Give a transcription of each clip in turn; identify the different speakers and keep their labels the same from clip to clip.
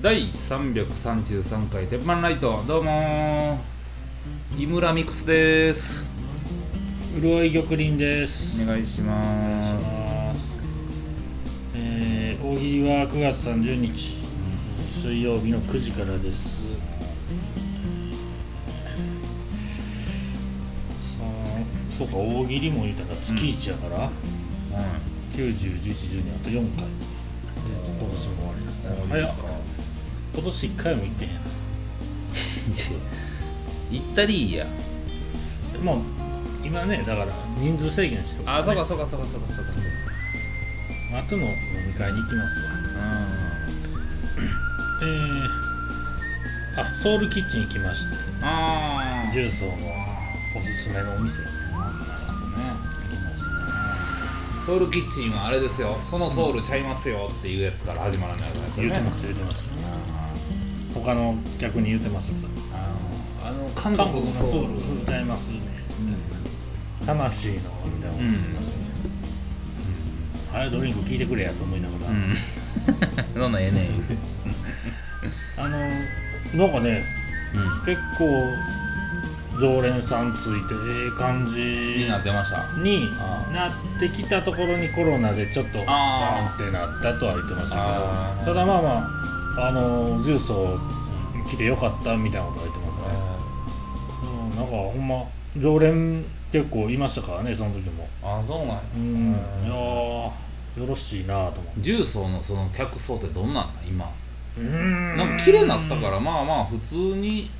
Speaker 1: 第333回鉄板ライトどうもー井村ミクスです
Speaker 2: 潤い玉林です。
Speaker 1: お願いし
Speaker 2: お願い
Speaker 1: ま
Speaker 2: し
Speaker 1: す
Speaker 2: ます。えー、大喜利は9月30日水曜日の9時からです。さあそうか大喜利も言うたら月1やから、90、11、12あと4回。今年も終わ
Speaker 1: うん
Speaker 2: り
Speaker 1: いいで
Speaker 2: や
Speaker 1: すか
Speaker 2: 今年1回も行ってへんや
Speaker 1: 行ったりいいや
Speaker 2: ん。まあ今ねだから人数制限してるから、
Speaker 1: あそ
Speaker 2: ね、
Speaker 1: うかそうかそうかそうかそうか
Speaker 2: あとの飲み会に行きますわ。
Speaker 1: うん
Speaker 2: えー、あソウルキッチン行きまして
Speaker 1: あー
Speaker 2: ジュースをのおすすめのお店行
Speaker 1: ね
Speaker 2: きましたね
Speaker 1: ソウルキッチンはあれですよそのソウルちゃいますよっていうやつから始まらないわけ
Speaker 2: 言う
Speaker 1: ね
Speaker 2: てます言うてます他の客に言うてます
Speaker 1: あの韓
Speaker 2: 韓
Speaker 1: 国
Speaker 2: 国
Speaker 1: の
Speaker 2: の
Speaker 1: ソ
Speaker 2: ソ
Speaker 1: ウ
Speaker 2: ウ
Speaker 1: ル
Speaker 2: ル歌いますね魂のみたいなこと言ってますね、早いドリンク聞いてくれやと思いながら、
Speaker 1: うん どんなんええねん言うて
Speaker 2: あのなんかね結構常連さんついてええ感じ
Speaker 1: うんになってました
Speaker 2: に
Speaker 1: あー
Speaker 2: なってきたところにコロナでちょっとバ
Speaker 1: あ
Speaker 2: ーンってなったとは言ってました
Speaker 1: あー
Speaker 2: けどただまあまああのジュースを来てよかったみたいなことは言ってますね、うん、なんかほんま常連結構いましたからねその時も
Speaker 1: あそうなんや
Speaker 2: うんいやーよろしいなと思って
Speaker 1: 重曹のその客層ってどんなんなん今
Speaker 2: うん
Speaker 1: なんか綺麗になったからまあまあ普通に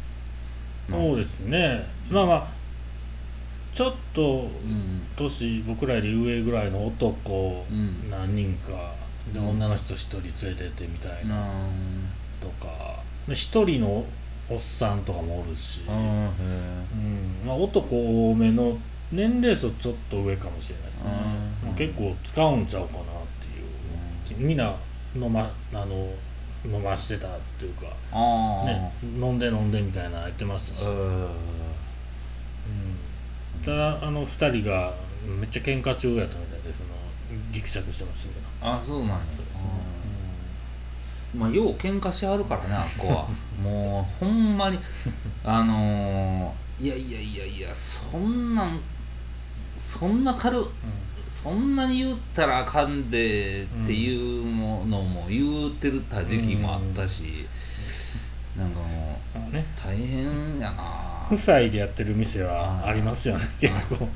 Speaker 2: そうですねまあまあちょっと
Speaker 1: うん
Speaker 2: 年僕らより上ぐらいの男
Speaker 1: うん
Speaker 2: 何人かで
Speaker 1: うん
Speaker 2: 女の人一人連れてってみたいな
Speaker 1: うん
Speaker 2: とかで一人のおっさんとかもおるし、
Speaker 1: うんへ
Speaker 2: うんまあ、男多めの年齢層ちょっと上かもしれないですね、
Speaker 1: うん
Speaker 2: まあ、結構使うんちゃうかなっていうみんな飲まあの飲ましてたっていうか、
Speaker 1: ああ
Speaker 2: ね、飲んで飲んでみたいなの言ってましたし、
Speaker 1: う
Speaker 2: うん
Speaker 1: ん
Speaker 2: ただあの2人がめっちゃ喧嘩中やったみたいでそのギクシャクしてましたけど、
Speaker 1: あそうなんやうんまあよう喧嘩しはるからねあっこ はもうほんまにあのーいやいやいやいやそんなんそんな軽っそんなに言ったらあかんでっていうものも言うてた時期もあったし、なんかもう
Speaker 2: あのね
Speaker 1: 大変やな
Speaker 2: 夫妻でやってる店はありますよね結構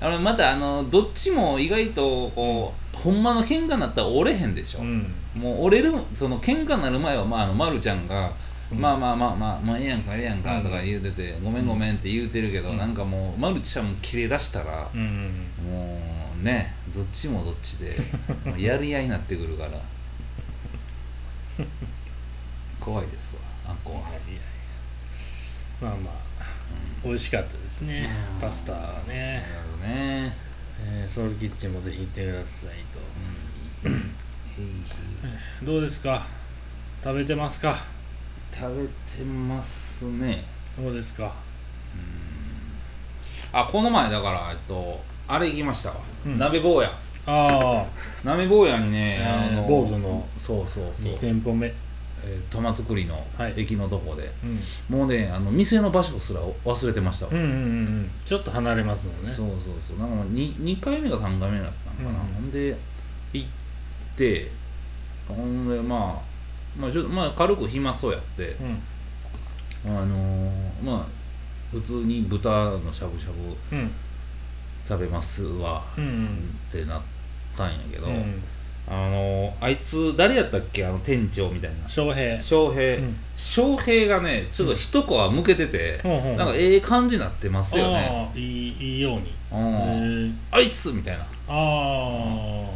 Speaker 1: あのまたあのどっちも意外とこうほんまの喧嘩になったら折れへんでしょ、
Speaker 2: うん
Speaker 1: もう折れるその喧嘩になる前は、まあ、あのまるちゃんが、
Speaker 2: うん
Speaker 1: まあまあまあまあもうええやんかええやんかとか言うてて、ごめんごめんって言うてるけど、
Speaker 2: うん
Speaker 1: なんかもうまるちゃんも切れ出したら、
Speaker 2: うん
Speaker 1: もうねどっちもどっち でもうやり合いになってくるから怖いですわあんこ
Speaker 2: いやい
Speaker 1: は
Speaker 2: やいやまあまあ、美味しかったですね
Speaker 1: うん
Speaker 2: パスタは
Speaker 1: な
Speaker 2: ね
Speaker 1: る、ほどね、
Speaker 2: えーソウルキッチンもぜひ行ってくださ
Speaker 1: う
Speaker 2: い
Speaker 1: んへいへい
Speaker 2: とどうですか食べてますか
Speaker 1: 食べてますね
Speaker 2: どうですか
Speaker 1: あこの前だからえっとあれ行きましたわ、
Speaker 2: うん
Speaker 1: 鍋坊や
Speaker 2: ああ、
Speaker 1: 鍋坊やにね、
Speaker 2: えー
Speaker 1: あの
Speaker 2: 坊主の
Speaker 1: そうそうそう
Speaker 2: 2、店舗目
Speaker 1: えー玉造りの
Speaker 2: はい
Speaker 1: 駅のとこで、
Speaker 2: うん、
Speaker 1: もうねあの店の場所すら忘れてましたわ
Speaker 2: うんうんうんうんちょっと離れますもんね
Speaker 1: そうそうそうなんかもう 2, 2回目か3回目だったのかな、
Speaker 2: うん
Speaker 1: ほんで行ってほんでまあまあちょっとまあ軽く暇そうやって
Speaker 2: うん
Speaker 1: あのーまあ普通に豚のしゃぶしゃぶ
Speaker 2: うん
Speaker 1: 食べますわ、
Speaker 2: うんうん
Speaker 1: ってなったんやけど、
Speaker 2: うん
Speaker 1: あのーあいつ誰やったっけあの店長みたいな
Speaker 2: 翔平
Speaker 1: 翔平、
Speaker 2: うん
Speaker 1: 翔平がねちょっと一皮むけてて、
Speaker 2: うんうんうん
Speaker 1: なんかええ感じになってますよね、
Speaker 2: ああいいいいように
Speaker 1: うん
Speaker 2: へー
Speaker 1: あいつみたいな
Speaker 2: あ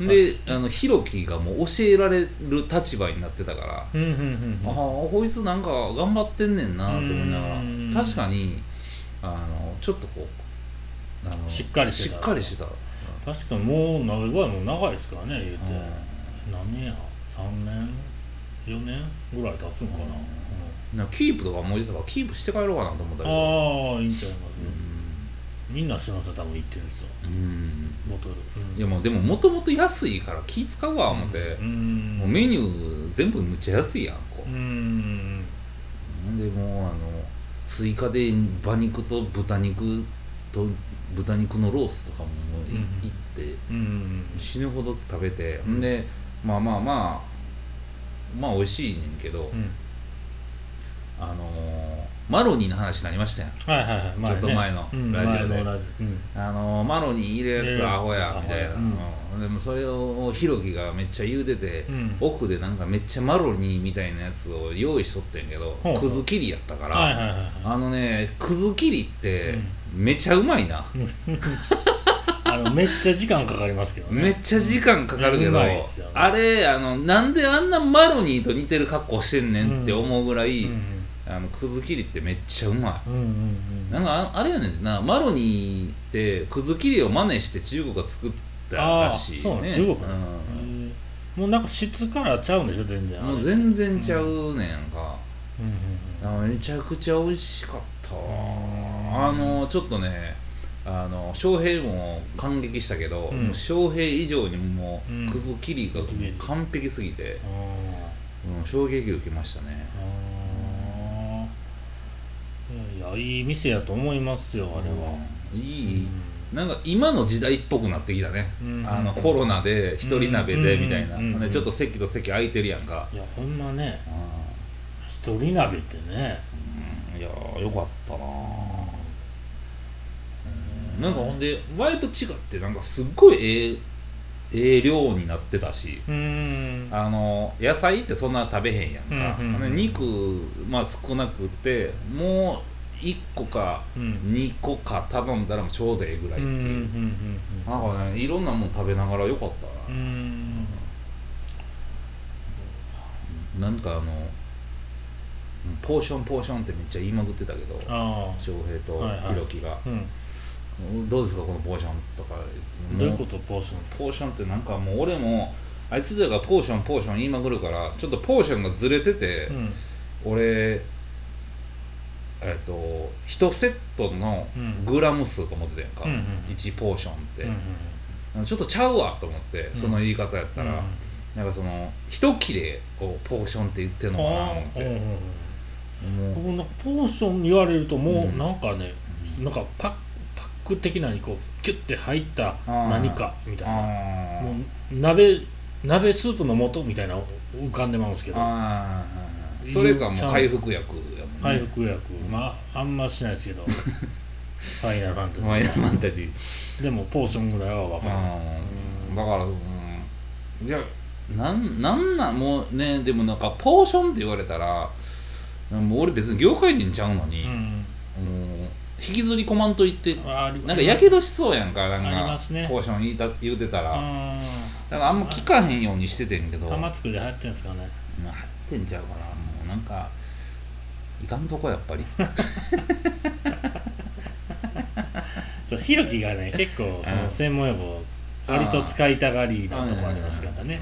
Speaker 1: であのヒロキがもう教えられる立場になってたから、あ
Speaker 2: あうんうんうんうん
Speaker 1: あこいつなんか頑張ってんねんなと思いなが
Speaker 2: うん
Speaker 1: ら確かにあのちょっとこうあの
Speaker 2: しっかりしてた
Speaker 1: しっかりしてた、
Speaker 2: 確かにもう鍋小屋も長いですからね言うて、何年や3年4年ぐらい経つのかな、
Speaker 1: うんなんかキープとか思い出たからキープして帰ろうかなと思ったけど
Speaker 2: ああいいんちゃいます、
Speaker 1: うん
Speaker 2: みんなしてますよ多分行ってるんですよ
Speaker 1: うん
Speaker 2: ボトル、うん
Speaker 1: いやもうでももともと安いから気使うわ思って、
Speaker 2: うん
Speaker 1: もうメニュー全部むっちゃ安いやんこ
Speaker 2: うん
Speaker 1: う、ん、でもうあの追加で馬肉と豚肉と豚肉のロースとかももうい
Speaker 2: うん
Speaker 1: 行って
Speaker 2: うん
Speaker 1: 死ぬほど食べて、
Speaker 2: ん
Speaker 1: でまあまあまあまあ美味しいねんけど、
Speaker 2: うん
Speaker 1: あのーマロニーの話になりましたやん
Speaker 2: はいはいは
Speaker 1: ち
Speaker 2: い、
Speaker 1: ょっと前の
Speaker 2: うん
Speaker 1: ラジオで
Speaker 2: 前のラジオうん
Speaker 1: あのーマロニー入れるや
Speaker 2: ええ
Speaker 1: つアホやみたいな、
Speaker 2: アホや
Speaker 1: うんでもそれをヒロキがめっちゃ言うてて、
Speaker 2: うん
Speaker 1: 奥でなんかめっちゃマロニーみたいなやつを用意しとってんけど
Speaker 2: ほうほ
Speaker 1: く
Speaker 2: う
Speaker 1: ず切りやったから、
Speaker 2: はいはいはいはい
Speaker 1: あのねくず切りってめちゃうまいな、
Speaker 2: あのめっちゃ時間かかりますけどね
Speaker 1: めっちゃ時間かかるけ
Speaker 2: う
Speaker 1: ど、
Speaker 2: まいっすよね
Speaker 1: あれあのなんであんなマロニーと似てる格好してんねんって思うぐらい、
Speaker 2: うん
Speaker 1: あのくず切りってめっちゃうまい
Speaker 2: うんうんうん
Speaker 1: なんかああれやねんなマロニーってくず切りを真似して中国が作った
Speaker 2: あ
Speaker 1: ら
Speaker 2: あ
Speaker 1: しいね
Speaker 2: そうなん中国なんですか、へえもうなんか質からちゃうんでしょ全然
Speaker 1: うんもう
Speaker 2: 然
Speaker 1: 全然ちゃうねんか、
Speaker 2: うんう
Speaker 1: あ
Speaker 2: ん
Speaker 1: めちゃくちゃ美味しかったわあのちょっとねあの翔平も感激したけど、
Speaker 2: うん
Speaker 1: もう翔平以上にも
Speaker 2: うん
Speaker 1: うくず切りが完璧すぎて、
Speaker 2: うんあ
Speaker 1: うん、衝撃受けましたね
Speaker 2: ーあーいやいやいい店やと思いますよあれは、
Speaker 1: うん
Speaker 2: う
Speaker 1: いい、
Speaker 2: ん
Speaker 1: なんか今の時代っぽくなってきたね、
Speaker 2: うん
Speaker 1: あのコロナで一人鍋でみたいな、
Speaker 2: うんうんうん
Speaker 1: でちょっと席と席空いてるやんか、
Speaker 2: いやほんまね
Speaker 1: う
Speaker 2: 一人鍋ってね
Speaker 1: んいやーよかったなうんなんかほんで前と違ってなんかすっごいええええ量になってたし
Speaker 2: うん
Speaker 1: あの野菜ってそんな食べへんやんか、
Speaker 2: うんうんうん
Speaker 1: で肉まあ少なくてもう1個か
Speaker 2: うん
Speaker 1: 2個か頼んだらもうちょうどええぐらいっ
Speaker 2: うんう
Speaker 1: て
Speaker 2: んうん
Speaker 1: いう、
Speaker 2: うん
Speaker 1: なんかねいろんなもん食べながらよかったな、
Speaker 2: うん
Speaker 1: なんかあのポーションポーションってめっちゃ言いまくってたけど
Speaker 2: あ
Speaker 1: 翔平と
Speaker 2: はいはい
Speaker 1: ひろきが、
Speaker 2: あうん
Speaker 1: どうですかこのポーションとか
Speaker 2: どういうこ
Speaker 1: も
Speaker 2: とポーション
Speaker 1: うポーションってなんかもう俺もあいつらがポーションポーション言いまくるからちょっとポーションがずれてて、
Speaker 2: うん
Speaker 1: 俺えっと1セットの
Speaker 2: うん
Speaker 1: グラム数と思ってたやんか、
Speaker 2: うんうん
Speaker 1: 1ポーションって
Speaker 2: うんうん、
Speaker 1: ちょっとちゃうわと思って
Speaker 2: うん
Speaker 1: その言い方やったら、なんかその一切れをポーションって言ってんのかなと思っ
Speaker 2: あー
Speaker 1: て
Speaker 2: うん
Speaker 1: も
Speaker 2: うんうん僕なんかポーション言われるとも
Speaker 1: うん
Speaker 2: うなんかね、
Speaker 1: うん
Speaker 2: なんかパッパック的なのにこうキュッて入った
Speaker 1: ー
Speaker 2: 何かみ
Speaker 1: う
Speaker 2: たいな
Speaker 1: あー
Speaker 2: もう鍋鍋スープの素みたいなの浮かんでまうんですけど
Speaker 1: あーそれかもう回復薬やもんね
Speaker 2: 回復薬、まああんましないですけ どファイナルファンタジー
Speaker 1: マイナーマンタジー
Speaker 2: でもポーションぐらいは分かる
Speaker 1: うんだから、うん、いやなんなんなんもうねでもなんかポーションって言われたらもう俺別に業界人ちゃうのに、
Speaker 2: うん
Speaker 1: もう引きずり込まんといって
Speaker 2: あり
Speaker 1: なんかやけどしそうやんかなん
Speaker 2: ありま
Speaker 1: か
Speaker 2: すね
Speaker 1: ポーション言いた言うてたら、
Speaker 2: う
Speaker 1: だからあんま聞かへんようにしててんけど
Speaker 2: ん玉つくで流行ってんすかね
Speaker 1: まあ入ってんちゃうかなもうなんかいかんとこやっ ぱり
Speaker 2: そうひろきがね結構その専門用語割と使いたがりなとこありますからね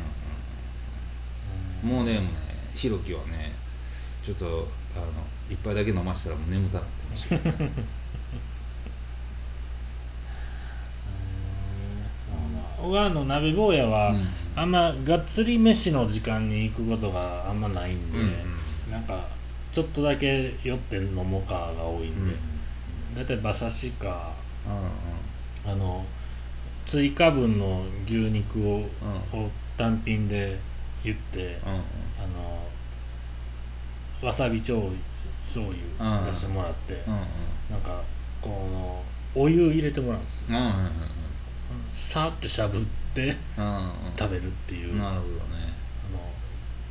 Speaker 1: うんもうねもうねひろきはねちょっとあの一杯だけ飲ましたらもう眠たなってましたけど
Speaker 2: うん我の鍋坊やは、
Speaker 1: うん
Speaker 2: あんまがっつり飯の時間に行くことがあんまないんで、
Speaker 1: うん
Speaker 2: なんかちょっとだけ酔って飲もうかが多い
Speaker 1: うん
Speaker 2: んで、だいたい馬刺しか
Speaker 1: うん
Speaker 2: あの追加分の牛肉を,、
Speaker 1: うん
Speaker 2: を単品で言って、
Speaker 1: うんうん
Speaker 2: あのわさび醤油醤
Speaker 1: うん
Speaker 2: 油出してもらって、
Speaker 1: うん
Speaker 2: なんかこのお湯入れてもらうんです
Speaker 1: うんうんうん
Speaker 2: さーってしゃぶって
Speaker 1: うんうん
Speaker 2: 食べるっていうう、
Speaker 1: ん
Speaker 2: あ
Speaker 1: な
Speaker 2: の
Speaker 1: るほどね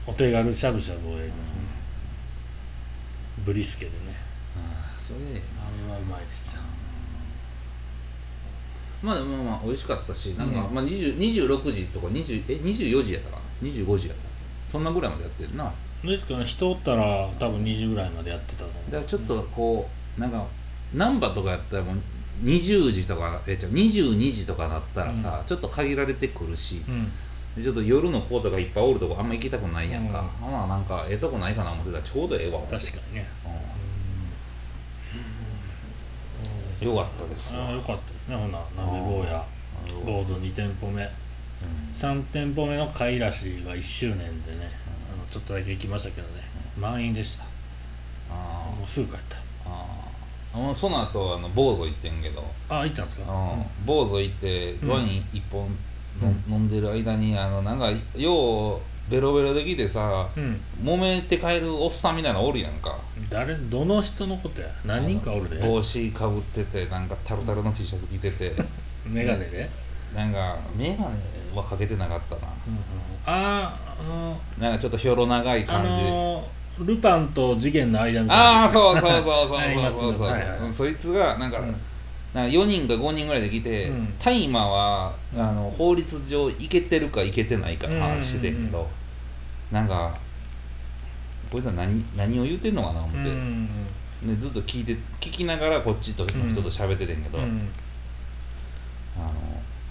Speaker 2: お手軽しゃぶしゃぶをやりますね、
Speaker 1: あ
Speaker 2: ブリスケでね
Speaker 1: あそれええな
Speaker 2: あれはうまいですよ
Speaker 1: まあでもまあまあ美味しかったしなんか、
Speaker 2: うん
Speaker 1: まあ、20 26時とか20え24時やったかな25時やったっけそんなぐらいまでやってるな
Speaker 2: ですから人おったら多分2時ぐらいまでやってたと思う
Speaker 1: だからちょっとこうなんか難波とかやったらもう20時とかえじゃ22時とかなったらさ、ちょっと限られてくるし
Speaker 2: うん
Speaker 1: でちょっと夜の方とかいっぱいおるとこあんま行きたくないやんか、まあなんかええとこないかな思ってたらちょうどええわ思って
Speaker 2: 確かにね
Speaker 1: うん
Speaker 2: うんそうでです
Speaker 1: よかったです
Speaker 2: ああよかったですねほな鍋坊やゴールド2店舗目3店舗目の買い出しが1周年でねあのちょっとだけ行きましたけどね満員でした
Speaker 1: あ
Speaker 2: もうすぐ帰った
Speaker 1: あもうその後あの坊主行ってんけど
Speaker 2: あ行ったんですか
Speaker 1: うん坊主行って
Speaker 2: ん
Speaker 1: ワイン一本の飲
Speaker 2: う
Speaker 1: んでる間にあのなんかようベロベロできてさ
Speaker 2: うん
Speaker 1: 揉めて帰るおっさんみたいなのおるやんか
Speaker 2: 誰どの人のことや何人かおるで
Speaker 1: 帽子かぶっててなんかタルタルの T シャツ着て て
Speaker 2: メガネで、
Speaker 1: なんか眼鏡はかけてなかったな
Speaker 2: あああの
Speaker 1: なんかちょっとひょろ長い
Speaker 2: あ
Speaker 1: 感じ、
Speaker 2: のルパンと次元の間みたいな
Speaker 1: ああそうそうそうそう
Speaker 2: あります
Speaker 1: そうそうそう、
Speaker 2: はいはい
Speaker 1: うんそいつがなんか,、
Speaker 2: うん
Speaker 1: なんか4人か5人ぐらいで来て
Speaker 2: うん
Speaker 1: 大麻、はあの法律上いけてるかいけてないかの話でけど、
Speaker 2: うんうんうんうん
Speaker 1: なんかこいつは何何を言うてんのかな思っ
Speaker 2: うん
Speaker 1: て、でずっと聞いて聞きながらこっちとの人と喋っててんけど、
Speaker 2: うんう
Speaker 1: あの
Speaker 2: ん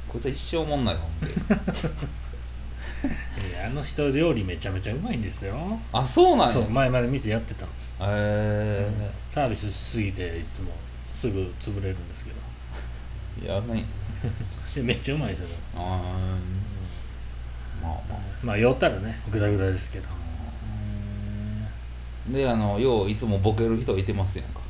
Speaker 1: こいつは一生おもんないわ思って
Speaker 2: いやあの人料理めちゃめちゃうまいんですよ
Speaker 1: あそうなん
Speaker 2: そ
Speaker 1: や
Speaker 2: う前まで店やってたんです
Speaker 1: え
Speaker 2: サービスしすぎていつもすぐ潰れるんですけど
Speaker 1: ー、やばい
Speaker 2: でめっちゃうまいですよ
Speaker 1: あーまあまあ
Speaker 2: まあ酔ったらねグダグダですけど
Speaker 1: であのよういつもボケる人いてますやんか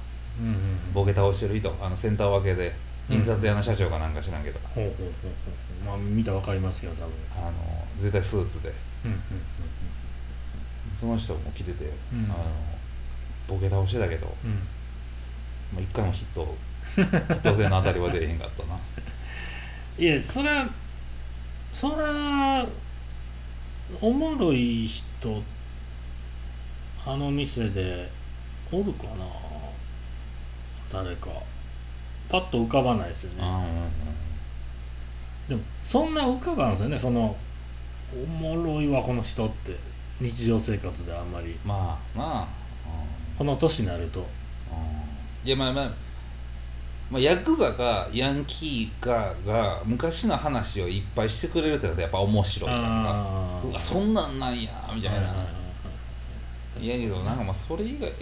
Speaker 2: うんうんうん
Speaker 1: ボケ倒してる人あのセンター分けで
Speaker 2: うん
Speaker 1: 印刷屋の社長かなんか知らんけど、
Speaker 2: ほうほうほうほうまあ見たらわかりますけど多分
Speaker 1: あの絶対スーツで
Speaker 2: うんうん
Speaker 1: その人も来てて、
Speaker 2: うん
Speaker 1: あのボケ倒してたけど、
Speaker 2: うんうん
Speaker 1: まあ、一回もヒットヒット性の当たりは出えへんかった ない
Speaker 2: やそらそらおもろい人あの店でおるかな誰かパッと浮かばないですよね
Speaker 1: あーうんうん
Speaker 2: でもそんな浮かばんですよねそのおもろいわこの人って日常生活であんまり
Speaker 1: まあまあ
Speaker 2: この年になると
Speaker 1: うんうんいやまあまあまあ、ヤクザかヤンキーかが昔の話をいっぱいしてくれるってのはやっぱ面白いやんか
Speaker 2: あ
Speaker 1: うわ
Speaker 2: あ
Speaker 1: そんなんなんやみたいな、
Speaker 2: い
Speaker 1: いやけどなんかまあそれ以外やっ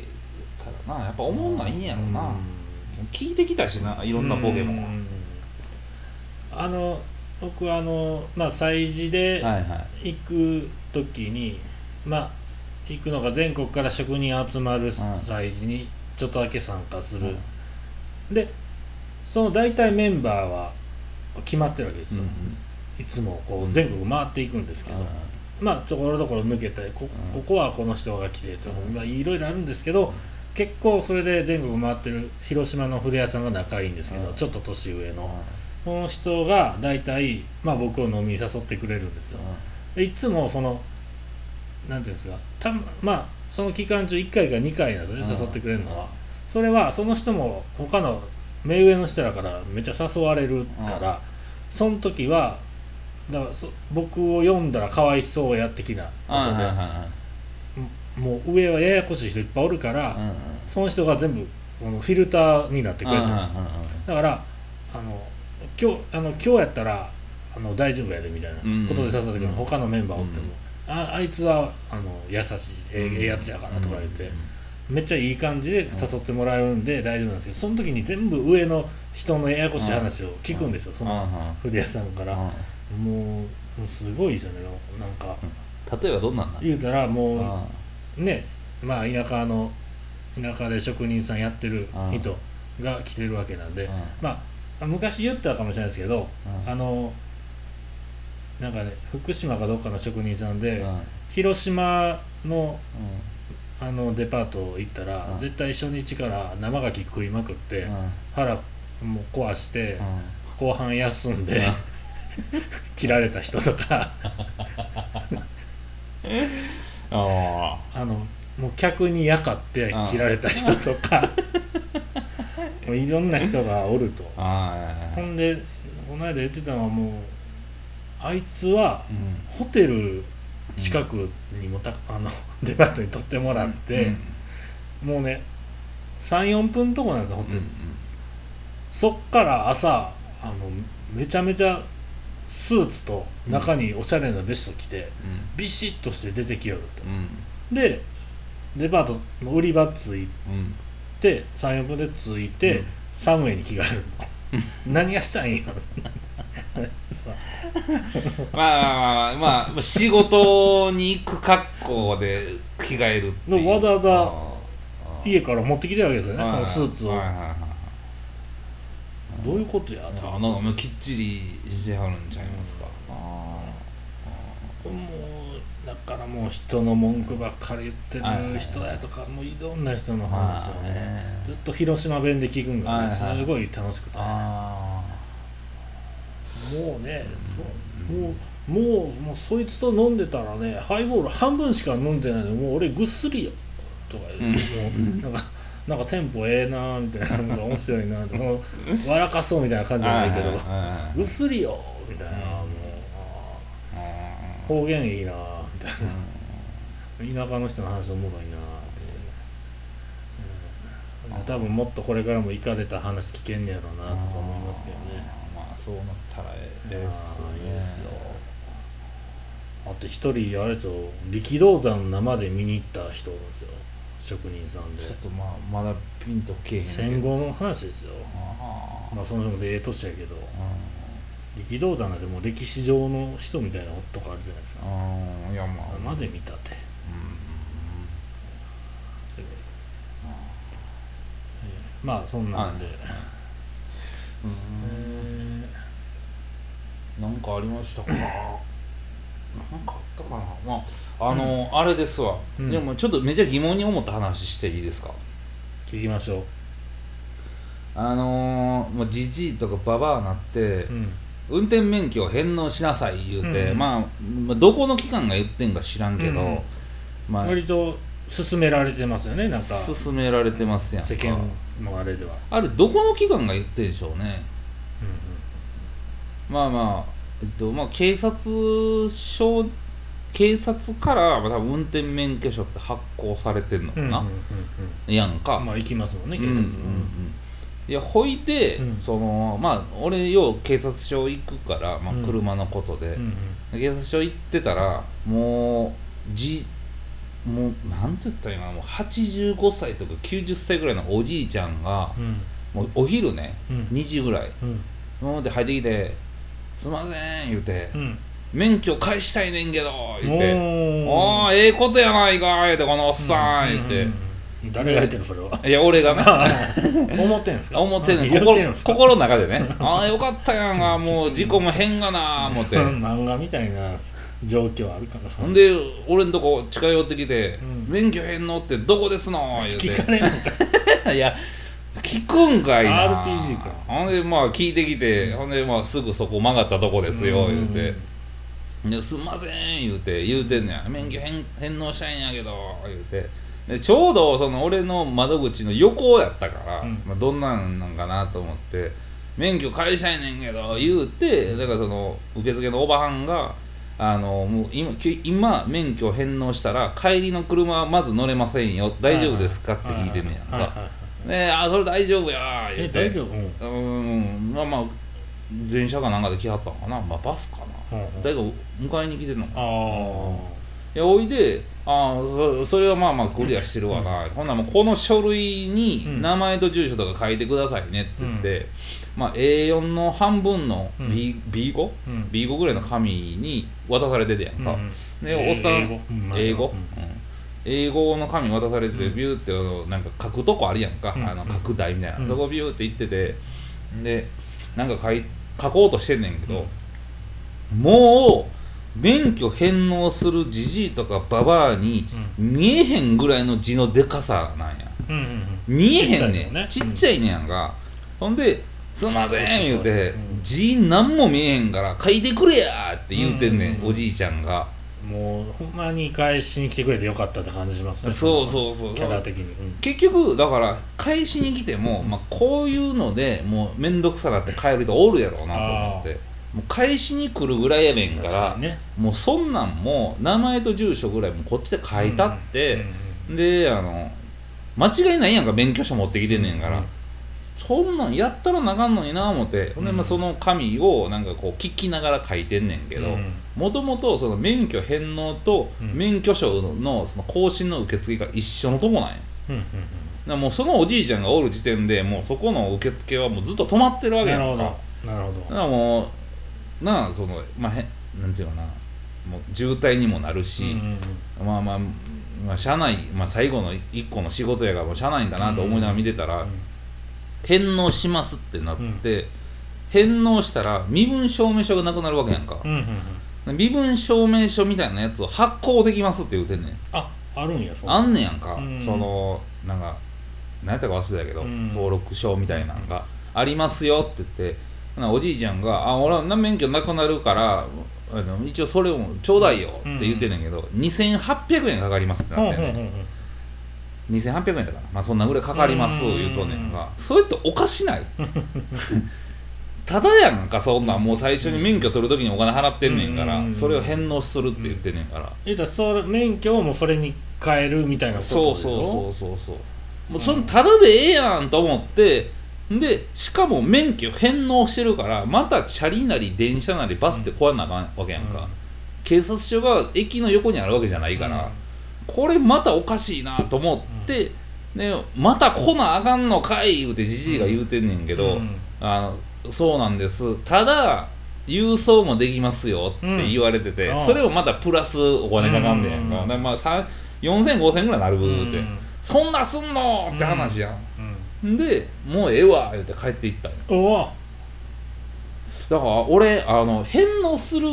Speaker 1: たらなやっぱ思んないんやろな、聞いてきたしないろんなボケも、
Speaker 2: うんうんあの僕あのまあ催事で
Speaker 1: はいはい
Speaker 2: 行く時に、まあ行くのが全国から職人集まる催事にちょっとだけ参加する、でその大体メンバーは決まってるわけですよ、いつもこ
Speaker 1: うん
Speaker 2: う全国回っていくんですけど、まあところどころ抜けてこ
Speaker 1: うん
Speaker 2: ここはこの人が来てとか、まあ、いろいろあるんですけど結構それで全国回ってる広島の筆屋さんが仲いいんですけど、
Speaker 1: うん
Speaker 2: ちょっと年上の、この人が大体、まあ、僕を飲みに誘ってくれるんですよ、でいつもそのなんていうんですかたまあその期間中1回か2回なんですよね
Speaker 1: うん
Speaker 2: 誘ってくれるのはそれはその人も他の目上の人だからめっちゃ誘われるからその時はだからそ僕を読んだらかわいそうや的なこと
Speaker 1: はいはい
Speaker 2: で
Speaker 1: は
Speaker 2: ももう上はややこしい人いっぱいおるから
Speaker 1: いうんうん
Speaker 2: その人が全部このフィルターになってくれてるんですよ
Speaker 1: うんうん
Speaker 2: だからあの今日あの今日やったらあの大丈夫やでみたいな
Speaker 1: うん
Speaker 2: ことで誘ってくる、
Speaker 1: うん
Speaker 2: 他のメンバーおっても、ああいつはあの優しいええええやつやからとか言って、めっちゃいい感じで誘ってもらえるんで大丈夫なんですけどその時に全部上の人のややこしい話を聞くんですよ、そ
Speaker 1: うんうん
Speaker 2: の筆屋さんから、
Speaker 1: うん
Speaker 2: もうもうすごいですよねなんか
Speaker 1: うん例えばどんなんなん
Speaker 2: 言うたらもう、
Speaker 1: うん
Speaker 2: ねまあ田舎の田舎で職人さんやってる人が来てるわけなんで、
Speaker 1: うん
Speaker 2: まあ昔言ったかもしれないですけど、
Speaker 1: うん
Speaker 2: あのなんかね福島かどっかの職人さんで、
Speaker 1: うんうん
Speaker 2: 広島のあのデパート行ったら、
Speaker 1: うん
Speaker 2: 絶対初日から生牡蠣食いまくって、
Speaker 1: うん
Speaker 2: 腹もう壊して、
Speaker 1: うん
Speaker 2: 後半休んで 切られた人とか
Speaker 1: あ
Speaker 2: あのもう客にやかって切られた人とかもういろんな人がおると
Speaker 1: ああ
Speaker 2: ほ
Speaker 1: あ
Speaker 2: んでこの間言ってたのはもうあいつは
Speaker 1: うん
Speaker 2: ホテル近くにもた、あの デパートに取ってもらって、もうね34分とこなんですよホ
Speaker 1: うん
Speaker 2: テ
Speaker 1: う
Speaker 2: ル、
Speaker 1: ん
Speaker 2: そっから朝あのめちゃめちゃスーツと中におしゃれなベスト着て、ビシッとして出てきよると
Speaker 1: うんうん
Speaker 2: でデパートの売り場着い
Speaker 1: うん
Speaker 2: て34分で着いて、
Speaker 1: うん
Speaker 2: サムエに気があるの何がしたい んやそう
Speaker 1: まあまあまあ、まあ、仕事に行く格好で着替えるっていう
Speaker 2: のわざわざ
Speaker 1: あー
Speaker 2: 家から持ってきてるわけですよね
Speaker 1: はい
Speaker 2: そ
Speaker 1: は
Speaker 2: の
Speaker 1: い
Speaker 2: スーツを
Speaker 1: はいはいはいはい
Speaker 2: どういうことやと
Speaker 1: あなんかもうきっちりしてはるんちゃいますか、あ
Speaker 2: もうだからもう人の文句ばっかり言って
Speaker 1: はいはいは
Speaker 2: る
Speaker 1: い
Speaker 2: 人やとかもういろんな人の
Speaker 1: あ
Speaker 2: 話をねずっと広島弁で聞くんがねす
Speaker 1: はいはい
Speaker 2: ごい楽しくて
Speaker 1: あ
Speaker 2: もうねそうもうもうもうそいつと飲んでたらねハイボール半分しか飲んでないのにもう俺ぐっすりよとか言って、もうなんかなんかテンポええなみたいなのが面白いなってその笑かそうみたいな感じじゃないけど、ぐっすりよみたいなもうあー方言いいなみたいな田舎の人の話おもろいなって、うん、多分もっとこれからも行かれた話聞けんねやろうなとか思いますけどね。
Speaker 1: まあそうなったらええです
Speaker 2: あ
Speaker 1: よ
Speaker 2: あいい
Speaker 1: ね
Speaker 2: ですよあと一人あれですよ力道山生で見に行った人なんですよ職人さんで
Speaker 1: ちょっとまあまだピンとけえへんけど
Speaker 2: 戦後の話ですよ
Speaker 1: ああ
Speaker 2: まあその人もええ年やけど
Speaker 1: う
Speaker 2: 力道山なんてもう歴史上の人みたいなとこあるじゃないですか
Speaker 1: んうんいやまあ
Speaker 2: 生で見たって
Speaker 1: う
Speaker 2: すごいええまあそんなんで、
Speaker 1: はいんうんうん
Speaker 2: え
Speaker 1: なんかありましたか なんかあったかなまああの、あれですわ、
Speaker 2: うん
Speaker 1: でもちょっとめちゃ疑問に思った話していいですか
Speaker 2: え聞きましょ
Speaker 1: あのーまあ、じじいとかババアなって、
Speaker 2: う、うん、
Speaker 1: 運転免許を返納しなさい言うて、
Speaker 2: うん
Speaker 1: まあ、まあどこの機関が言ってんか知らんけど、
Speaker 2: うん
Speaker 1: まあ
Speaker 2: 割と勧められてますよねなんか
Speaker 1: 勧められてますやんか
Speaker 2: 世間のあれでは、
Speaker 1: あれどこの機関が言ってんでしょうね
Speaker 2: うんうん
Speaker 1: まあまあ、えっと、まあ警察署警察から、まあ、多分運転免許証って発行されてんのかな、
Speaker 2: うんうんうんうん
Speaker 1: やんか、
Speaker 2: まあ行きますもんね
Speaker 1: うん
Speaker 2: 警
Speaker 1: うん
Speaker 2: 察
Speaker 1: う
Speaker 2: も
Speaker 1: んいやほいで、
Speaker 2: うん
Speaker 1: そのまあ俺よう警察署行くから、まあ
Speaker 2: うん、
Speaker 1: 車のことで
Speaker 2: う、ん
Speaker 1: 警察署行ってたらもうじもうなんて言ったらいいかなもう85歳とか90歳ぐらいのおじいちゃんが、
Speaker 2: うん
Speaker 1: もうお昼ね
Speaker 2: うん
Speaker 1: 2時ぐらい
Speaker 2: うん
Speaker 1: もうで入ってきて「すいません」言うて
Speaker 2: うん
Speaker 1: 「免許返したいねんけど」
Speaker 2: うん
Speaker 1: 言って「お
Speaker 2: お
Speaker 1: ーええことやないか」言うてこのおっさん言って。
Speaker 2: て誰が言ってるのそれ は
Speaker 1: いや俺がね
Speaker 2: 思ってんすか
Speaker 1: 思ってんねん
Speaker 2: 言ってる
Speaker 1: 心
Speaker 2: んですか
Speaker 1: 心の中でね ああよかったやんかもう事故も変がな思って
Speaker 2: 漫画みたいな状況あるからさ
Speaker 1: ほんで俺んとこ近寄ってきて「
Speaker 2: うん
Speaker 1: 免許返納ってどこですの?」言
Speaker 2: 聞
Speaker 1: う
Speaker 2: かれんのか
Speaker 1: ていや聞くんかいな
Speaker 2: RPG か
Speaker 1: ほんでまあ聞いてきてほんでまあすぐそこ曲がったとこですよ言うてで「すんません」言うて言うてんねん「免許返返納したいんやけど」言うてでちょうどその俺の窓口の横やったから、
Speaker 2: うん
Speaker 1: まあ、どんなんなんかなと思って「免許返したいねんけど」言うてだからその受付のおばはんが「あのもう今き今免許返納したら帰りの車はまず乗れませんよ大丈夫ですか?」って聞いてんねやん
Speaker 2: はいはい
Speaker 1: か
Speaker 2: はいはい
Speaker 1: 「ねあそれ大丈夫や」言
Speaker 2: え
Speaker 1: うて
Speaker 2: 大丈夫う
Speaker 1: う
Speaker 2: ん
Speaker 1: んまあまあ電車かなんかで来はったのかな、まあ、バスかな、
Speaker 2: うん
Speaker 1: 誰か迎えに来てんのかな
Speaker 2: あ
Speaker 1: いやおいでああそそれはまあまあクリアしてるわな、ほんならもうこの書類
Speaker 2: うん
Speaker 1: に名前と住所とか書いてくださいねって言って、まあ、A4 の半分の
Speaker 2: うん
Speaker 1: B、B5?B5
Speaker 2: ーうん
Speaker 1: ぐらいの紙に渡されててやん
Speaker 2: う
Speaker 1: か、
Speaker 2: ん
Speaker 1: でおっさん
Speaker 2: 英語うん
Speaker 1: 英語、
Speaker 2: うん
Speaker 1: うん英語の紙渡されてて
Speaker 2: うん
Speaker 1: ビューってあのなんか書くとこあるやんか、
Speaker 2: うん
Speaker 1: あの書く台みたいな、
Speaker 2: うん
Speaker 1: そこビューって行っててでなんか書い書こうとしてんねんけど、もう免許返納するじじいとかババアに見えへんぐらいの字のでかさなんや
Speaker 2: うんうんうん
Speaker 1: 見えへんねん
Speaker 2: ち
Speaker 1: ち
Speaker 2: っちゃ
Speaker 1: っちゃ
Speaker 2: いのね
Speaker 1: いねやんか、ほんで「すんません」言うて
Speaker 2: うん
Speaker 1: 「字なんも見えへんから書いてくれや!」って言うてんねん、
Speaker 2: うん
Speaker 1: おじいちゃんが。
Speaker 2: もうほんまに返しに来てくれてよかったって感じしますね
Speaker 1: そうそうそう
Speaker 2: キャラ的に、うん
Speaker 1: 結局だから返しに来ても、まあ、こういうのでもう面倒くさなって帰る人おるやろうなと思ってもう返しに来るぐらいやねんから
Speaker 2: 確かにね
Speaker 1: もうそんなんも名前と住所ぐらいもこっちで書いたって、であの間違いないやんか免許証持ってきてんねんから、
Speaker 2: うん
Speaker 1: そんなんやったらなあかんのにな思って、ほんで
Speaker 2: うん
Speaker 1: まあその紙をなんかこう聞きながら書いてんねんけど、
Speaker 2: うん
Speaker 1: もともとその免許返納と
Speaker 2: うん
Speaker 1: 免許証のその更新の受付が一緒のとこなんや
Speaker 2: うんうん
Speaker 1: らもうそのおじいちゃんがおる時点でもうそこの受付はもうずっと止まってるわけ
Speaker 2: な
Speaker 1: やん
Speaker 2: る
Speaker 1: か
Speaker 2: ほどなるほど
Speaker 1: だからもうなあそのまあへんなんていうかなもう渋滞にもなるし、
Speaker 2: うんうんうん
Speaker 1: まあまあ、まあ、社内、まあ、最後の一個の仕事やからもう社内かなと思いながら見てたら、返納しますってなって、返納したら身分証明書がなくなるわけやんか
Speaker 2: う、んうんうん
Speaker 1: 身分証明書みたいなやつを発行できますって言うてんねん
Speaker 2: ああるんやそんな
Speaker 1: あんねやんか、
Speaker 2: うん
Speaker 1: そのなんか何やったか忘れたけど、
Speaker 2: うん
Speaker 1: 登録証みたいなのがありますよって言ってほなおじいちゃんが「あ俺はな免許なくなるからあの一応それもちょうだいよ」って言ってんねんけど、2800円かかりますって
Speaker 2: ほ
Speaker 1: な
Speaker 2: う
Speaker 1: ってん
Speaker 2: ほう
Speaker 1: ねん、
Speaker 2: ほうほう
Speaker 1: 2800円だからまあそんなぐらいかかります
Speaker 2: うん
Speaker 1: 言うとんねんがそれっておかし ないただやんかそんなんもう最初に免許取る時にお金払ってんねんから、
Speaker 2: うん
Speaker 1: それを返納するって言ってんねんから、
Speaker 2: 言うたらそれ免許をもうそれに変えるみたいなことでし
Speaker 1: そ
Speaker 2: ょ
Speaker 1: うそうそうそうそうもう
Speaker 2: うん
Speaker 1: そのただでええやんと思ってでしかも免許返納してるからまたチャリなり電車なりバスって壊んなあかんわけやんか、
Speaker 2: うん
Speaker 1: 警察署が駅の横にあるわけじゃないから、これまたおかしいなと思って、でまた来なあかんのかい言うてじじいが言うてんねんけど、
Speaker 2: うん
Speaker 1: あのそうなんですただ郵送もできますよって言われてて、
Speaker 2: うん
Speaker 1: それをまたプラスお金かかんねやんか,、
Speaker 2: うん
Speaker 1: でまあ、さん40005000ぐらいなる
Speaker 2: うん
Speaker 1: って、
Speaker 2: うん
Speaker 1: そんなすんのって話や
Speaker 2: うん
Speaker 1: ん、でもうええわ言うて帰っていったんや
Speaker 2: おお
Speaker 1: だから俺あの返納する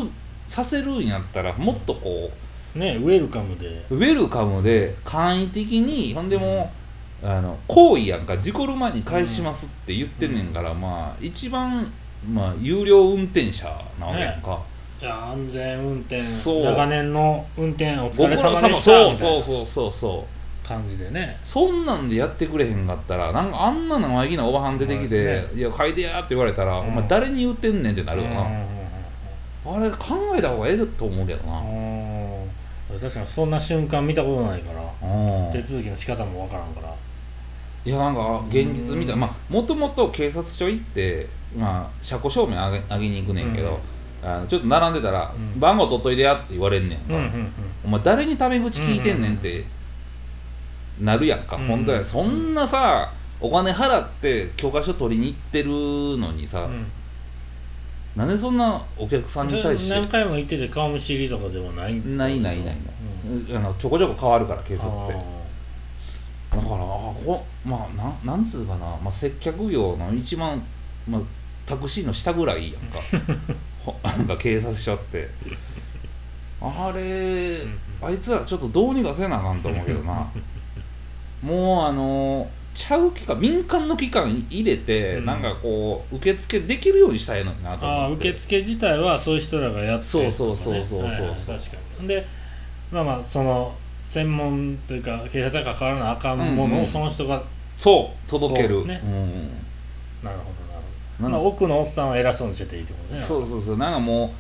Speaker 1: させるんやったらもっとこう
Speaker 2: ねウェルカムで
Speaker 1: ウェルカムで簡易的にほんでもうあの行為やんか事故る前に返しますって言ってんねんから、まあ一番、まあ、有料運転者なわけやんか、
Speaker 2: いや安全運転
Speaker 1: そう
Speaker 2: 長年の運転
Speaker 1: ご
Speaker 2: お疲
Speaker 1: 苦
Speaker 2: れ
Speaker 1: 労
Speaker 2: 様でし
Speaker 1: そ
Speaker 2: た
Speaker 1: うそ
Speaker 2: みたいうな
Speaker 1: そうそうそう
Speaker 2: 感じでね
Speaker 1: そんなんでやってくれへんかったらなんかあんな生意気なおばはん出てき
Speaker 2: そう
Speaker 1: て
Speaker 2: で
Speaker 1: 「いや書いてや」って言われたら「
Speaker 2: うん
Speaker 1: お前誰に言ってんねん」ってなるよ
Speaker 2: うん
Speaker 1: な、あれ考えた方がええと思うけどな、
Speaker 2: うんうんうん確かにそんな瞬間見たことないから
Speaker 1: うん
Speaker 2: 手続きの仕方もわからんから
Speaker 1: いやなんか現実みたいなまあもともと警察署行って、まあ、車庫証明あげあげに行くねんけど、あのちょっと並んでたら、
Speaker 2: うん
Speaker 1: 番号取っといてや」って言われんねんか、お前誰にタメ口聞いてんねんってなるやんか、
Speaker 2: うん
Speaker 1: 本当やそんなさお金払って教科書取りに行ってるのにさ、
Speaker 2: うん
Speaker 1: なんでそんなお客さんに対し
Speaker 2: 何
Speaker 1: て
Speaker 2: 回も行ってて顔見知りとかでもない
Speaker 1: ないないないない、うんあのちょこちょこ変わるから警
Speaker 2: 警
Speaker 1: 察ってだからあこまあなんなんつうかな、まあ、接客業の一番、まあ、タクシーの下ぐらいやん かほなんか警察署ってあれ
Speaker 2: うん
Speaker 1: あいつらちょっとどうにかせなあかんと思うけどなもうあのちゃう機関民間の機関入れて、
Speaker 2: うん
Speaker 1: なんかこう受付できるようにしたいのになと
Speaker 2: ああ
Speaker 1: 思って
Speaker 2: 受付自体はそういう人らがやってるとかね
Speaker 1: そうそうそうそうそう
Speaker 2: はいはい確かにでまあまあその専門というか警察が関わらなあかんも
Speaker 1: うん
Speaker 2: の
Speaker 1: うん
Speaker 2: をその人が、
Speaker 1: そう届ける、
Speaker 2: ね
Speaker 1: うん
Speaker 2: なるほどなるほ
Speaker 1: な
Speaker 2: ど、
Speaker 1: ん
Speaker 2: ま
Speaker 1: か
Speaker 2: あ、奥のおっさんは偉そうにしてていいってことね
Speaker 1: そうそうそうなんかも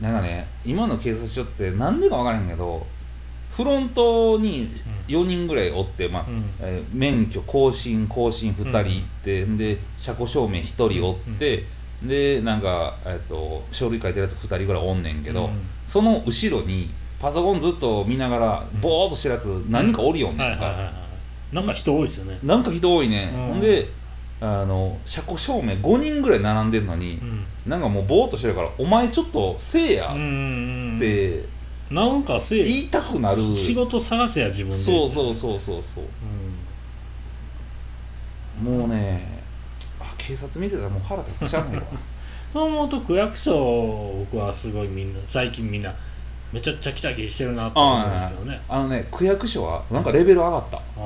Speaker 1: うなんかね今の警察署ってなんでか分からへんけどフロントに4人ぐらいおって、まあ
Speaker 2: うん
Speaker 1: えー免許更新更新2人いって、で車庫証明1人おって、でなんか、えっと書類書いてるやつ2人ぐらいおんねんけど、
Speaker 2: うん
Speaker 1: その後ろにパソコンずっと見ながら
Speaker 2: うん
Speaker 1: ボーっとしてるやつ何人かおるよねんか、
Speaker 2: はいはいはいはいなんか人多いですよね、
Speaker 1: なんかひどいね、
Speaker 2: うん
Speaker 1: ほんであの車庫証明5人ぐらい並んでるのに
Speaker 2: う、ん
Speaker 1: なんかもうぼーっとしてるから「お前ちょっとせえや」
Speaker 2: う
Speaker 1: っ
Speaker 2: ん
Speaker 1: て
Speaker 2: なんかせい
Speaker 1: 言いたくなる、
Speaker 2: 仕事探せや自分で
Speaker 1: そうそう
Speaker 2: う、
Speaker 1: そうそうそう
Speaker 2: う
Speaker 1: もうねあ警察見てたらもう腹立っちゃうねん わ
Speaker 2: ん、そう思うと区役所僕はすごいみんな最近みんなめちゃちゃきちゃきしてるなと思うんですけどね
Speaker 1: あのね区役所はなんかレベル上がった
Speaker 2: ああ
Speaker 1: あ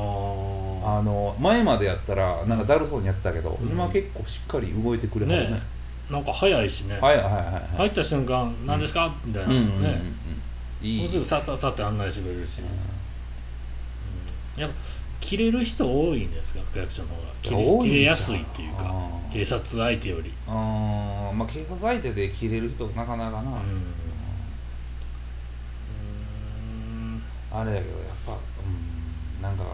Speaker 1: の前までやったらなんかだるそうにやってたけど、
Speaker 2: ん
Speaker 1: 今結構しっかり動いてくれはるね
Speaker 2: ねなんか早いしね、
Speaker 1: はいはいはいはい
Speaker 2: 入った瞬間「何ですか?」みたいな
Speaker 1: うん
Speaker 2: ね、
Speaker 1: うんうんうん、い
Speaker 2: もうす
Speaker 1: い
Speaker 2: ぐさっさっさって案内してくれるし、うんやっぱ切れる人多いんですか区役所の方が切れ
Speaker 1: 多いんちゃ
Speaker 2: 切
Speaker 1: う
Speaker 2: れやすいっていうか
Speaker 1: あー
Speaker 2: 警察相手より、
Speaker 1: あーまあ警察相手で切れる人なかなかな、
Speaker 2: うんうん
Speaker 1: あれやけどやっぱうんなんか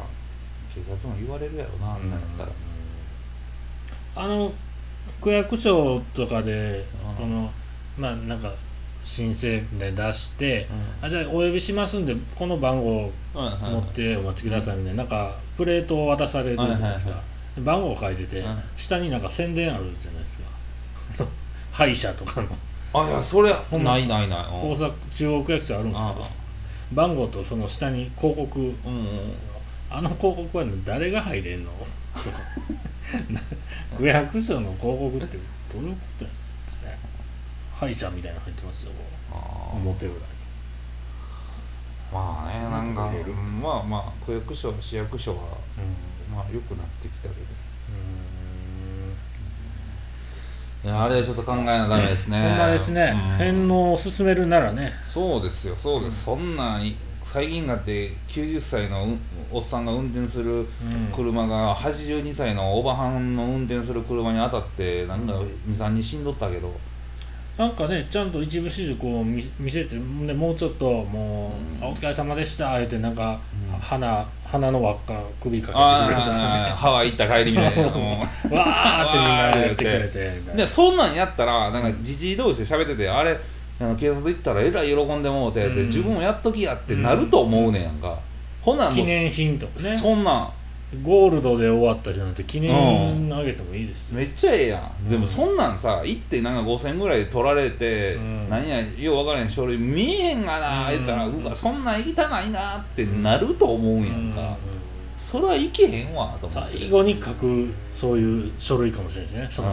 Speaker 1: 警察も言われるやろなあんなんやったら、
Speaker 2: あの区役所とかで、
Speaker 1: うん
Speaker 2: このまあなんか申請で出して、
Speaker 1: う
Speaker 2: あじゃあお呼びしますんでこの番号
Speaker 1: んはいはい
Speaker 2: 持ってお待ちくださいみたいななんかプレートを渡されるじゃないですか、
Speaker 1: はいはいは
Speaker 2: で番号書いてて、
Speaker 1: うん
Speaker 2: 下になんか宣伝あるじゃないです か歯医者とかの
Speaker 1: あいやそれ
Speaker 2: ほんま
Speaker 1: ないないない
Speaker 2: 大阪中央区役所あるんですけど
Speaker 1: あ
Speaker 2: 番号とその下に広告
Speaker 1: うんうんうん
Speaker 2: あの広告は誰が入れんの とか区役所の広告ってどういうことやね歯医者みたいなの入ってますよ
Speaker 1: あー
Speaker 2: 表裏に
Speaker 1: まあねなんか
Speaker 2: 入れる
Speaker 1: うんまあまあ区役所市役所は
Speaker 2: うん
Speaker 1: まあ良くなってきたけどいやあれはちょっと考えなダメですね
Speaker 2: ほんまですね
Speaker 1: うん
Speaker 2: 返納を進めるならね
Speaker 1: そうですよそうです、そんなんい最近になって90歳のうんおっさんが運転する
Speaker 2: うん
Speaker 1: 車が82歳のおばはんの運転する車に当たってなんか23に死んどったけど、
Speaker 2: なんかねちゃんと一部始終こう見見せてでもうちょっともう「あお疲れ様でした」言ってなんか、
Speaker 1: うん
Speaker 2: 鼻鼻の輪っか首か
Speaker 1: あ
Speaker 2: けてくれたね
Speaker 1: あハワイ行った帰りみたいなも
Speaker 2: わーってみんなやってくれてみた
Speaker 1: う
Speaker 2: いな
Speaker 1: でそんなんやったらなんかじじい同士で喋っててあれあの警察行ったらえらい喜んでもうてって、
Speaker 2: うん
Speaker 1: 自分もやっときやってなると思うねやんか、ほなも
Speaker 2: 記
Speaker 1: う、
Speaker 2: 念品とかね
Speaker 1: そんなん
Speaker 2: ゴールドで終わったじゃなくて記念品あげてもいいですよ
Speaker 1: めっちゃええやん、で
Speaker 2: う
Speaker 1: も
Speaker 2: ん
Speaker 1: そんなんさ行ってなんか5000円ぐらいで取られて、
Speaker 2: うん
Speaker 1: 何やよう分からへん書類見えへんがな
Speaker 2: うん
Speaker 1: 言ったら、うわそんなん行きたないなってなると思うんやんか、
Speaker 2: う
Speaker 1: それは行けへんわと
Speaker 2: ん
Speaker 1: 思って
Speaker 2: 最後に書くそういう書類かもしれないですねその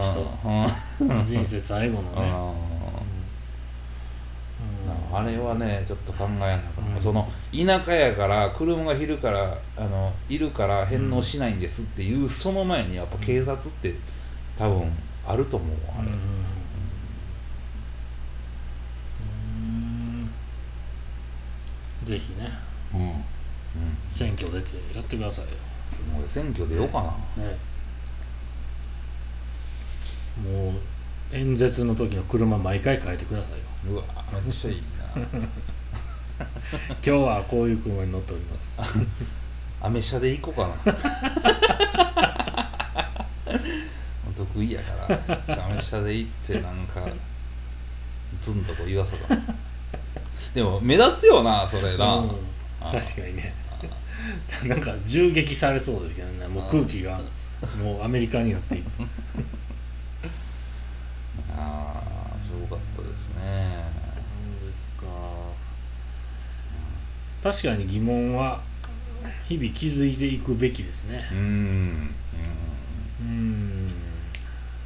Speaker 1: う
Speaker 2: 人
Speaker 1: んうん
Speaker 2: 人生最後のね
Speaker 1: うんあれはねちょっと考えなかった、
Speaker 2: うん
Speaker 1: その田舎やから車が昼からあのいるから返納しないんですっていうその前にやっぱ警察って多分あると思うわあ
Speaker 2: うん
Speaker 1: れ、
Speaker 2: うんぜひね
Speaker 1: うんうん
Speaker 2: 選挙出てやってくださいよ
Speaker 1: 俺選挙出ようかな
Speaker 2: ねもう演説の時の車毎回変えてください
Speaker 1: う
Speaker 2: よ
Speaker 1: わめっちゃいいな
Speaker 2: 今日はこういう車に乗っております
Speaker 1: アメ車で行こうかな お得意やからアメ車で行ってなんかずんとこう言わそうかなでも目立つよなそれな、
Speaker 2: うん
Speaker 1: あ
Speaker 2: 確かにね なんか銃撃されそうですけどねもう空気がもうアメリカに なっていく
Speaker 1: ああすごかったですね
Speaker 2: そうですか確かに疑問は日々気づいていくべきですね
Speaker 1: うん、うん
Speaker 2: うん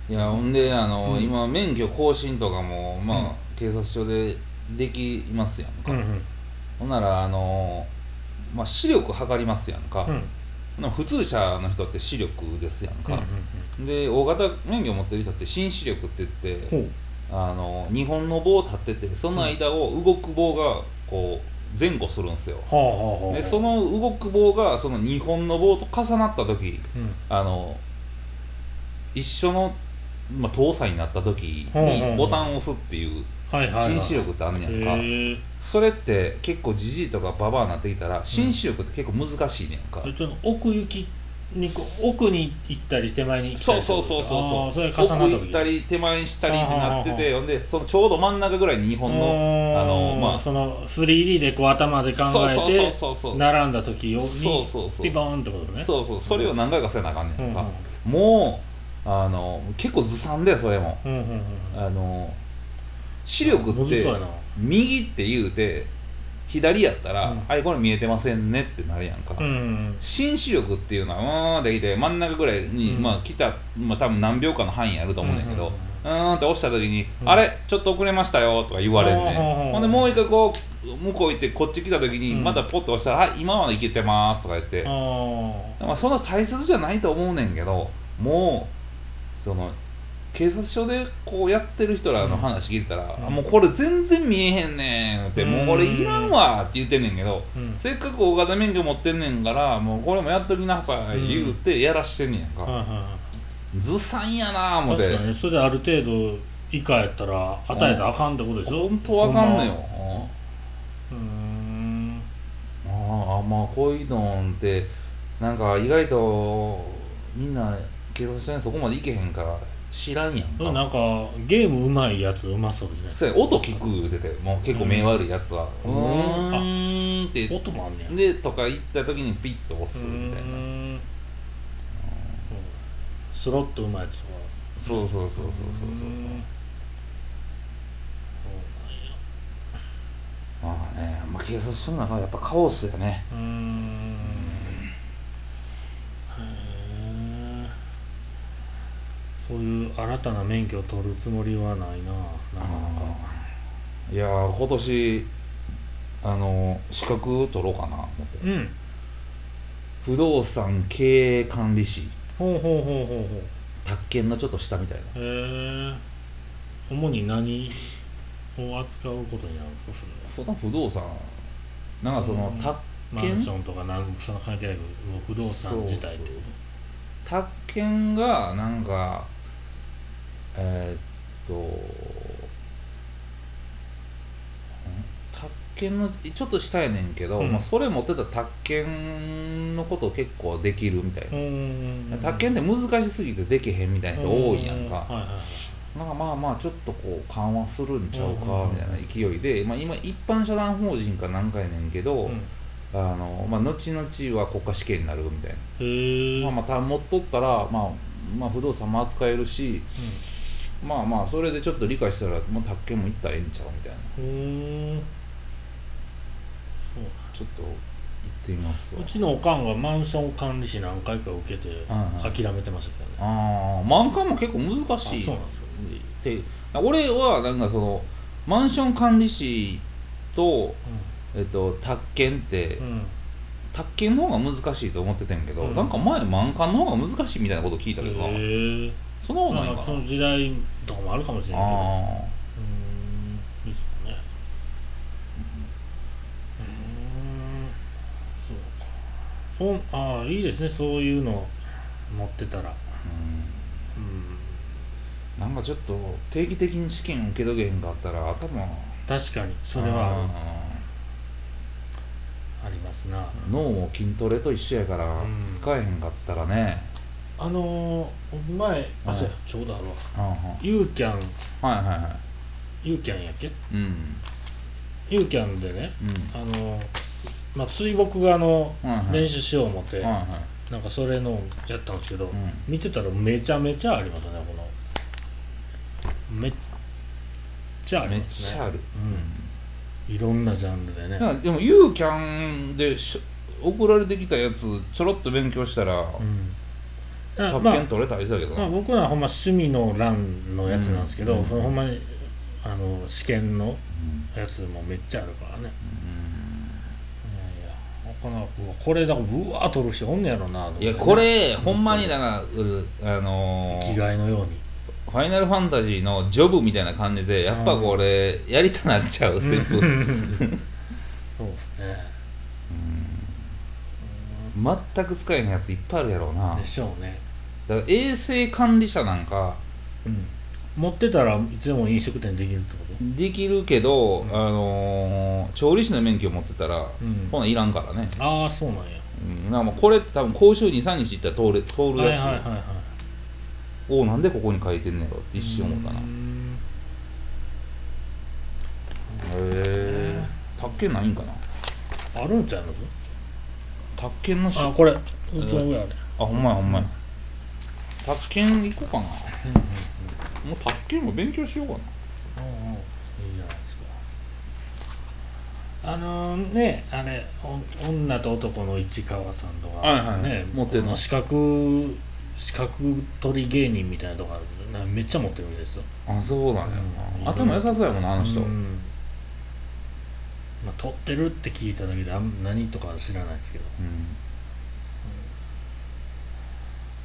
Speaker 1: いやほんであの、
Speaker 2: うん
Speaker 1: 今免許更新とかもまあ、
Speaker 2: うん
Speaker 1: 警察署でできますやん
Speaker 2: う
Speaker 1: か、
Speaker 2: んうん
Speaker 1: ほんならあのまあ視力測りますやんか、
Speaker 2: うん
Speaker 1: な普通車の人って視力ですやん
Speaker 2: うん
Speaker 1: か、で大型免許持ってる人って新視力って言って、
Speaker 2: ほう
Speaker 1: あの日本の棒を立っててその間を動く棒がこう前後するんですよ、
Speaker 2: はあはあはあ
Speaker 1: でその動く棒がその日本の棒と重なった時
Speaker 2: うん
Speaker 1: あの一緒の、まあ、搭載になった時
Speaker 2: ほうほうほ
Speaker 1: に
Speaker 2: う
Speaker 1: ボタンを押すっていう
Speaker 2: はいはいは
Speaker 1: 新
Speaker 2: い
Speaker 1: 視力ってあんねやんか、
Speaker 2: へえ
Speaker 1: それって結構じじいとかババアになってきたら新視力って結構難しいねんか、
Speaker 2: その奥行きにこう奥に行ったり手前に行った
Speaker 1: そ
Speaker 2: り
Speaker 1: うそうそうそう
Speaker 2: あ
Speaker 1: そ
Speaker 2: ー
Speaker 1: う
Speaker 2: それが重
Speaker 1: 奥
Speaker 2: な
Speaker 1: 行
Speaker 2: った時
Speaker 1: ったり手前にしたりってなって
Speaker 2: あーはー
Speaker 1: てほんでそのちょうど真ん中ぐらいに日本のあの
Speaker 2: うん
Speaker 1: まあ
Speaker 2: その 3D でこう頭で考
Speaker 1: そうそうそ
Speaker 2: え
Speaker 1: う
Speaker 2: て
Speaker 1: そうそう
Speaker 2: 並んだ時をに
Speaker 1: そうそうそう
Speaker 2: ピボーンってことね
Speaker 1: そうそうそれを何回かせなあかんねんか、
Speaker 2: う
Speaker 1: もうあの結構ずさんだよそれも
Speaker 2: んうんうんうん
Speaker 1: あの視
Speaker 2: うん
Speaker 1: 力
Speaker 2: む
Speaker 1: っ
Speaker 2: ず
Speaker 1: て
Speaker 2: そうやな
Speaker 1: 右って言うて左やったら、
Speaker 2: うん
Speaker 1: あいこれ見えてませんねってなるやんか、
Speaker 2: うんうん
Speaker 1: 新視力っていうのはうーんできて真ん中ぐらいに、
Speaker 2: うん
Speaker 1: まあ来た、まあ、多分何秒間の範囲あると思うんだけど、
Speaker 2: うん
Speaker 1: うーんって押した時に「
Speaker 2: うん
Speaker 1: あれちょっと遅れましたよ」とか言われるね
Speaker 2: ほうほうほうん
Speaker 1: ほんでもう一回こう向こう行ってこっち来た時に
Speaker 2: うん
Speaker 1: またポッと押したら「はい今までいけてます」とか言って、
Speaker 2: あー
Speaker 1: まあ、そんな大切じゃないと思うねんけどもうその警察署でこうやってる人らの話聞いたら
Speaker 2: うん
Speaker 1: 「あもうこれ全然見えへんねん」って「
Speaker 2: うん
Speaker 1: もうこれいらんわ」って言ってんねんけど、
Speaker 2: うん
Speaker 1: せっかく大型免許持ってんねんからもうこれもやっときなさい言うてやらしてんねんやん
Speaker 2: はい
Speaker 1: か、
Speaker 2: は
Speaker 1: ずさんやなあ
Speaker 2: い
Speaker 1: 思
Speaker 2: はい
Speaker 1: って
Speaker 2: 確かにそれである程度以下やったら与えたらあかんってことでしょ
Speaker 1: 本当わかんねんよ、
Speaker 2: うん
Speaker 1: ああまあこういうのってなんか意外とみんな警察署にそこまで行けへんから知らんやん
Speaker 2: うん、な
Speaker 1: か
Speaker 2: んかゲームうまいやつうまそうです
Speaker 1: そうや音聞く言うててもう結構目悪いやつは「う
Speaker 2: うん
Speaker 1: ーん」っ
Speaker 2: あ
Speaker 1: て
Speaker 2: ね音もあんねや
Speaker 1: でとか行った時にピッと押すみたいな
Speaker 2: うんスロットうまいやつは
Speaker 1: そうそうそうそうそうそう
Speaker 2: う
Speaker 1: そうんまあね、まあ、警察署の中はやっぱカオスやね
Speaker 2: そうなんやうんへえそういう新たな免許を取るつもりはないななかなか
Speaker 1: いやー今年あの資格取ろうかな思って
Speaker 2: うん
Speaker 1: 不動産経営管理士
Speaker 2: ほうほうほうほうほう
Speaker 1: 宅建のちょっと下みたいな
Speaker 2: へえ主に何を扱うことになるんですか
Speaker 1: その不動産なんかその
Speaker 2: うん
Speaker 1: 宅
Speaker 2: それはマンションとか何もそんな関係ないけど不動産自体って
Speaker 1: そう宅建がなんかえーっとん宅建のちょっと下やねんけど、
Speaker 2: うん
Speaker 1: まあ、それ持ってたら宅建のこと結構できるみたいな、
Speaker 2: うん
Speaker 1: 宅建って難しすぎてできへんみたいな人多いやんか、
Speaker 2: はいはいはい
Speaker 1: なんかまあまあちょっとこう緩和するんちゃう
Speaker 2: うんうん
Speaker 1: か
Speaker 2: うん
Speaker 1: みたいな勢いで、まあ、今一般社団法人か何回ねんけど、
Speaker 2: うん
Speaker 1: あのまあ、後々は国家試験になるみたい
Speaker 2: へえ
Speaker 1: な、まあ、また持っとったら、まあ、まあ不動産も扱えるしまあまあそれでちょっと理解したらもう宅建も行ったらええんちゃうみたいな
Speaker 2: うんうんそ
Speaker 1: ちょ
Speaker 2: う
Speaker 1: っと行ってみますわ
Speaker 2: うちのおかんがマンション管理士何回か受けて
Speaker 1: うんうん
Speaker 2: 諦めてましたけどね
Speaker 1: ああ満館も結構難
Speaker 2: あ
Speaker 1: しい
Speaker 2: そうなんですよ
Speaker 1: って俺はなんかそのマンション管理士と、えっと、宅建って、
Speaker 2: うんうん
Speaker 1: 宅建の方が難しいと思ってたんやけど、
Speaker 2: うん
Speaker 1: なんか前満館の方が難しいみたいなこと聞いたけどな、
Speaker 2: へえ
Speaker 1: その方がいい
Speaker 2: な
Speaker 1: か
Speaker 2: んか
Speaker 1: な
Speaker 2: その時代とかもあるかもしれないけど
Speaker 1: ああ
Speaker 2: うーんですかねうーんそうかそうああいいですねそういうの持ってたら
Speaker 1: う
Speaker 2: うん
Speaker 1: んなんかちょっと定期的に試験受けとけへんかったら頭
Speaker 2: 確かにそれは
Speaker 1: あ
Speaker 2: ありますな
Speaker 1: ー脳も筋トレと一緒やから
Speaker 2: うん
Speaker 1: 使えへんかったらね、
Speaker 2: あのー僕前あ
Speaker 1: はい
Speaker 2: じゃちょうどあるわ
Speaker 1: うんうん
Speaker 2: ユーキャン
Speaker 1: はいはいは
Speaker 2: ユーキャンやっけ
Speaker 1: いうん
Speaker 2: ユーキャンでね
Speaker 1: うん
Speaker 2: あのーまあ、水墨画の
Speaker 1: はいはい
Speaker 2: 練習しよう思って、
Speaker 1: はいはい
Speaker 2: なんかそれのやったんですけど、
Speaker 1: うん
Speaker 2: 見てたらめちゃめちゃありますねこのめっちゃあ
Speaker 1: め
Speaker 2: り
Speaker 1: っ
Speaker 2: ます
Speaker 1: ち
Speaker 2: ね
Speaker 1: ゃある、
Speaker 2: うん、いろんなジャンルでね
Speaker 1: なんかでも U キャンでしょ送られてきたやつちょろっと勉強したら
Speaker 2: うんだから
Speaker 1: 宅
Speaker 2: まあ
Speaker 1: 建取れたりしたけど
Speaker 2: ま
Speaker 1: な、
Speaker 2: あ、僕らはほんま趣味の欄のやつなんですけど、
Speaker 1: うん
Speaker 2: そのほんまにあの試験の
Speaker 1: うん
Speaker 2: やつもめっちゃあるからねいやいやなかなかこれだからうわー取る人おんねやろなと思っ
Speaker 1: うん
Speaker 2: て
Speaker 1: いやこれほんまになんかうあのー
Speaker 2: 生きがいのように
Speaker 1: ファイナルファンタジーのジョブみたいな感じでやっぱこれやりたなっちゃう全部、
Speaker 2: うん そうですね
Speaker 1: 全く使えへんやついっぱいあるやろうな
Speaker 2: でしょうね
Speaker 1: だから衛生管理者なんか
Speaker 2: 持ってたらいつでも飲食店できるってこと
Speaker 1: できるけど、
Speaker 2: ん
Speaker 1: あのー調理師の免許持ってたら、
Speaker 2: うん
Speaker 1: こんなんいらんからね、
Speaker 2: ああそうなんや
Speaker 1: うん、なんかもうこれって多分講習23日行ったら通る通る
Speaker 2: はいは
Speaker 1: や
Speaker 2: い
Speaker 1: つ、
Speaker 2: はいはい
Speaker 1: おおなんでここに書いてんねやろって一瞬思ったな
Speaker 2: うーん
Speaker 1: へえ宅建ないんかな
Speaker 2: あるんちゃいます
Speaker 1: 宅建のし
Speaker 2: あ
Speaker 1: あ
Speaker 2: これうちの上ある
Speaker 1: ほんまやほんまや宅建行こうかな
Speaker 2: うん
Speaker 1: もう卓球も勉強しようかな。
Speaker 2: うんうんいいじゃないですかあのねあれお女と男の市川さんとかね、
Speaker 1: はいはい持ってんの
Speaker 2: この資格資格取り芸人みたいなとこあるけどなめっちゃ持ってるんですよ
Speaker 1: あ、そうだね
Speaker 2: うん
Speaker 1: 頭良さそうやもんな、あの人。
Speaker 2: うんまあ、撮ってるって聞いただけであん何とかは知らないですけど
Speaker 1: うん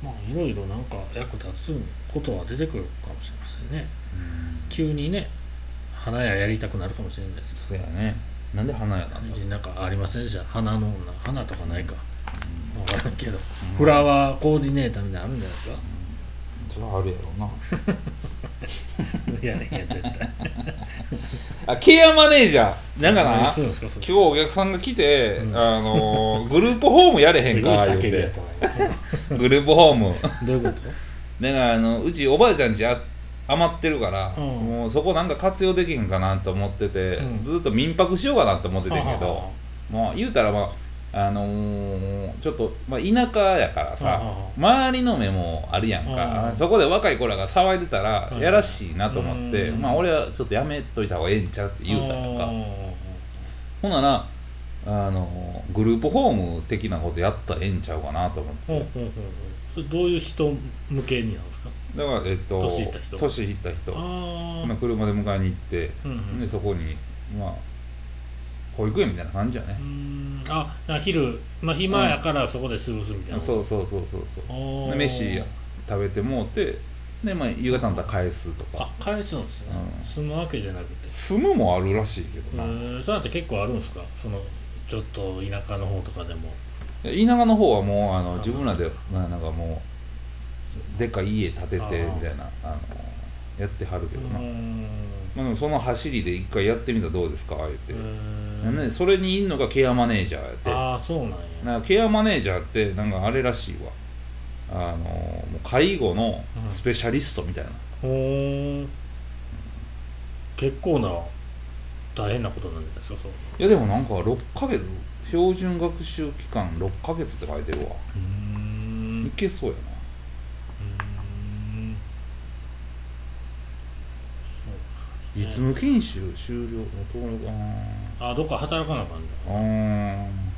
Speaker 2: まあいろいろなんか役立つことは出てくるかもしれませんね急にね花屋やりたくなるかもしれないです
Speaker 1: そうやね。なんで花屋なんだろう。
Speaker 2: なんかありませんでした花の花とかないか分からんけど、フラワーコーディネーターみたいなのあるんじゃないですか、
Speaker 1: それはあるやろうな。
Speaker 2: いやいや絶対
Speaker 1: あ、ケアマネージャー。なんかな、
Speaker 2: 何
Speaker 1: 今
Speaker 2: するんですかそれ
Speaker 1: 日お客さんが来て、
Speaker 2: うん
Speaker 1: あのー、グループホームやれへん
Speaker 2: すごい
Speaker 1: か、言う。
Speaker 2: 叫びやってたわ今
Speaker 1: グループホーム。
Speaker 2: どういうこと
Speaker 1: だからあのうちおばあちゃんちあ余ってるから、
Speaker 2: うん
Speaker 1: もうそこなんか活用できへんかなと思ってて、
Speaker 2: うん
Speaker 1: ずっと民泊しようかなと思っててんけ
Speaker 2: はは
Speaker 1: ど、もう言うたらまああのーちょっと、まあ、田舎やから
Speaker 2: は
Speaker 1: さ、
Speaker 2: はは
Speaker 1: 周りの目もあるやんか、
Speaker 2: うん
Speaker 1: そこで若い子らが騒いでたら
Speaker 2: うん
Speaker 1: やらしいなと思って、
Speaker 2: うん
Speaker 1: まあ俺はちょっとやめといた方がええんちゃうって言うたやんか、ほんならあのグループホーム的なことやったらええんちゃうかなと思って
Speaker 2: ほうほうほうほうそれどういう人向けになんですか
Speaker 1: だからえっと
Speaker 2: 年いった人
Speaker 1: 年いった人
Speaker 2: あ
Speaker 1: まあ
Speaker 2: あ
Speaker 1: 車で迎えに行って、
Speaker 2: うんうん
Speaker 1: でそこにまあ保育園みたいな感じやね
Speaker 2: う、んあだから昼、まあ、暇やからそこで過ごすみたいな、
Speaker 1: そうそうそうそう
Speaker 2: あ
Speaker 1: そう
Speaker 2: ー
Speaker 1: で飯や食べてもうてで、まあ、夕方になったら返すとか
Speaker 2: あ返すんですね、
Speaker 1: うん
Speaker 2: 住むわけじゃなくて
Speaker 1: 住むもあるらしいけ
Speaker 2: え
Speaker 1: どな、
Speaker 2: ー、そうなんて結構あるんですかそのちょっと田舎の方とかでも
Speaker 1: 田舎の方はもうあ
Speaker 2: あ
Speaker 1: の自分らで、まあ、なんかもうでっかい家建ててみ
Speaker 2: あ
Speaker 1: たい
Speaker 2: ー
Speaker 1: なあのやってはるけ
Speaker 2: う
Speaker 1: どな、
Speaker 2: ん
Speaker 1: まあ、でもその走りで一回やってみたらどうですか言って、
Speaker 2: え
Speaker 1: ね、それにいんのがケアマネージャーやって
Speaker 2: ああそうなんや
Speaker 1: なんかケアマネージャーってなんかあれらしいわあのもう介護のスペシャリストみたいな、
Speaker 2: ほーん結構な大変なことなんじゃないですかそう
Speaker 1: いやでもなんか6ヶ月標準学習期間6ヶ月って書いてるわ、
Speaker 2: うーん
Speaker 1: いけそうやな
Speaker 2: うんそうなんですね
Speaker 1: 実務研修終了もう登録あ
Speaker 2: あどっか働かなあかんね
Speaker 1: ーあー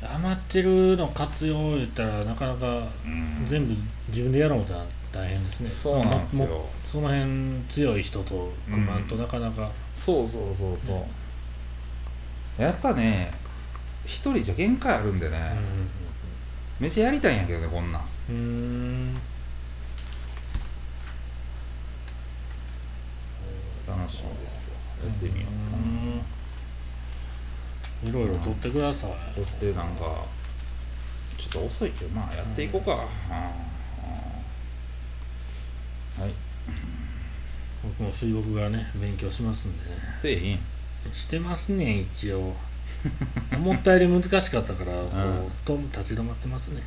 Speaker 2: そうか余ってるの活用言ったらなかなか
Speaker 1: うん
Speaker 2: 全部自分でやろうとは大変ですね
Speaker 1: そうなんです
Speaker 2: のも
Speaker 1: よ
Speaker 2: その辺強い人と組まんと
Speaker 1: うん
Speaker 2: なかなか、
Speaker 1: そうそうそうそう、やっぱね一人じゃ限界あるんでね、めっちゃやりたいんやけどねこんなん
Speaker 2: うんうん
Speaker 1: 楽しみですよやってみよう
Speaker 2: うんいろいろ取ってください、
Speaker 1: とってなんかちょっと遅いけどまあやっていこうか、うんはい
Speaker 2: 僕も水墨画ね勉強しますんでね
Speaker 1: せえへん
Speaker 2: してますね一 応思ったより難しかったからこ
Speaker 1: うん
Speaker 2: うと立ち止まってますね、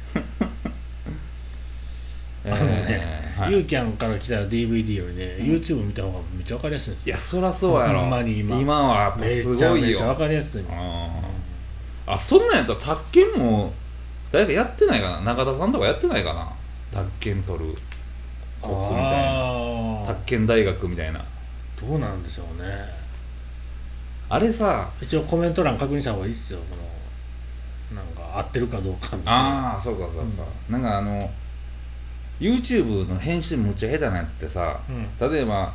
Speaker 1: え
Speaker 2: あのね、
Speaker 1: ーはい
Speaker 2: ユーキャンから来た DVD よりね、YouTube 見た方がめっちゃ分かりやすいんです
Speaker 1: い
Speaker 2: よ
Speaker 1: やそらそうやろ
Speaker 2: ほんまに今
Speaker 1: はやっぱ
Speaker 2: め
Speaker 1: す
Speaker 2: っちゃ
Speaker 1: ごい
Speaker 2: めっ
Speaker 1: よ
Speaker 2: ちゃ分かりやすいもん
Speaker 1: うんあそんなんやったら宅建も誰かやってないかな中田さんとかやってないかな宅建取るコツみたいな
Speaker 2: あー
Speaker 1: 宅建大学みたいな
Speaker 2: どうなんでしょうね
Speaker 1: あれさ
Speaker 2: 一応コメント欄確認した方がいいっすよこのなんか合ってるかどうかみたいな
Speaker 1: ああそうかそうか、なんかあの YouTube の編集むっちゃ下手なやつってさ
Speaker 2: うん
Speaker 1: 例えば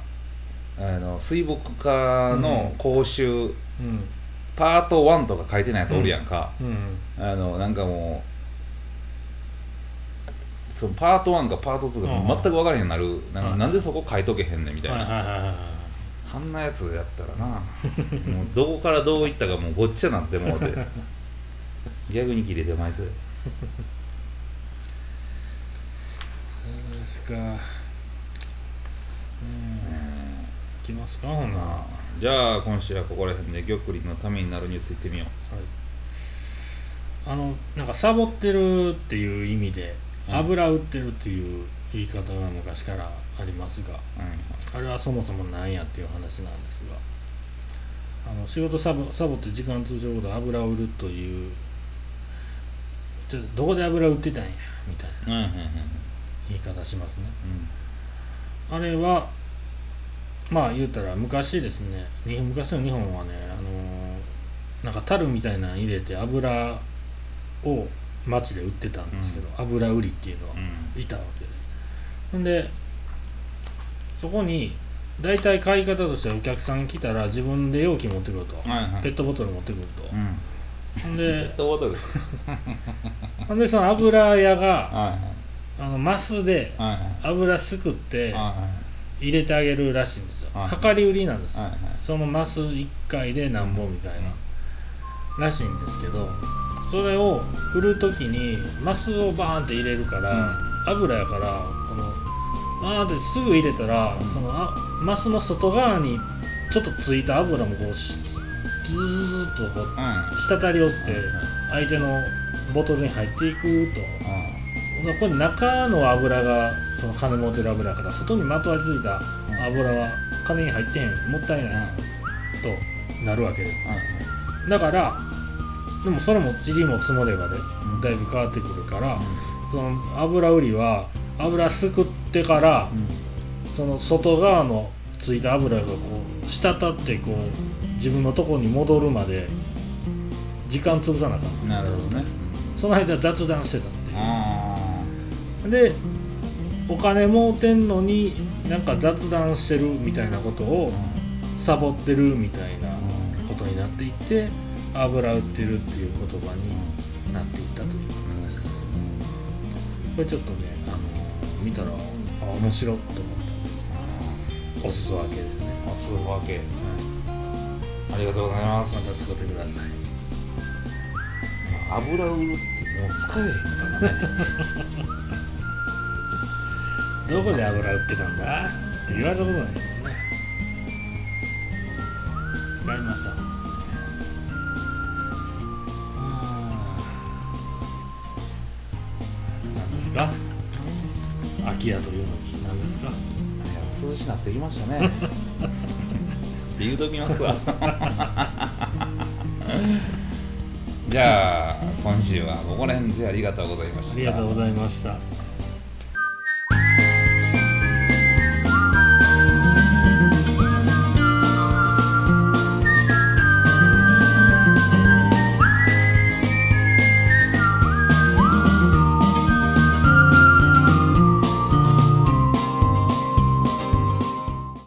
Speaker 1: あの水墨画の講習、
Speaker 2: うん
Speaker 1: パート1とか書いてないやつおるやんか、
Speaker 2: うん
Speaker 1: あのなんかもうそのパート1かパート2
Speaker 2: うんうん
Speaker 1: が全く分からへんなる、なんか
Speaker 2: はい
Speaker 1: なんでそこ書いとけへんねんみたい
Speaker 2: はい
Speaker 1: な、
Speaker 2: はいはいはいはい
Speaker 1: あんなやつやったら なもうどこからどういったかもうごっちゃなってもうて逆に切れてまいそうや
Speaker 2: そうですかうんいきますかほんなら
Speaker 1: あーじゃあ今週はここら辺で玉林のためになるニュースいってみよう
Speaker 2: あのなんかサボってるっていう意味で
Speaker 1: うん
Speaker 2: 油売ってるっていう言い方が昔からありますが
Speaker 1: う
Speaker 2: あれはそもそもなんやっていう話なんですがあの仕事サボサボって時間通常労働油を売るというちょっとどこで油売ってたんやみたいなん
Speaker 1: うんうんうん
Speaker 2: 言い方しますねあれはまあ言うたら昔ですねに昔の日本はねあのーなんか樽みたいなの入れて油を町で売ってたんですけど、油売りっていうのは
Speaker 1: う
Speaker 2: いたわけでほんでそこに大体買い方としてはお客さん来たら自分で容器持ってくると、
Speaker 1: んはいは
Speaker 2: ペ
Speaker 1: い
Speaker 2: ットボトル持ってくると、
Speaker 1: うん
Speaker 2: ほん
Speaker 1: ペッ
Speaker 2: で
Speaker 1: トボトルはい
Speaker 2: ほんでその油屋が
Speaker 1: はい
Speaker 2: あのマスで
Speaker 1: はいはい
Speaker 2: 油すくって
Speaker 1: はい
Speaker 2: 入れてあげるらしいんですよ
Speaker 1: はい
Speaker 2: 量り売りなんです
Speaker 1: はいはい
Speaker 2: そのマス1回で何本みたいならしいんですけどそれを振る時にマスをバーンって入れるから、油やからこのバーンってすぐ入れたら、
Speaker 1: うん
Speaker 2: そのあマスの外側にちょっとついた油もこうしずーっとこ
Speaker 1: うんうん
Speaker 2: う滴り落ちて
Speaker 1: うん
Speaker 2: 相手のボトルに入っていくとこれ中の油がその金持ってる油やから外にまとわりついた油は金に入ってへんもったいないとなるわけですだからでもそれも塵も積もればで
Speaker 1: うん
Speaker 2: だいぶ変わってくるからその油売りは油すくってからその外側のついた油がこう滴ってこう自分のとこに戻るまで時間潰さなあかっ
Speaker 1: うんなるほどね
Speaker 2: その間雑談してたっていう
Speaker 1: あ
Speaker 2: でお金儲てんのになんか雑談してるみたいなことをサボってるみたいなことになっていって油売ってるっていう言葉になっていったということですこれちょっとねあの見たらあ面白いと思ったおすそ分けですね、はい、
Speaker 1: あすごいわけ
Speaker 2: ま
Speaker 1: ありがとうございま
Speaker 2: た
Speaker 1: す
Speaker 2: 使ってください
Speaker 1: 油売るってもう使えへんからね
Speaker 2: どこで油売ってたんだって言われたことないですもんね使いました何ですか秋やというのに何ですか
Speaker 1: いや涼しなってきましたねって言うときますわ じゃあ今週はここら辺でありがとうございました
Speaker 2: ありがとうございました
Speaker 1: え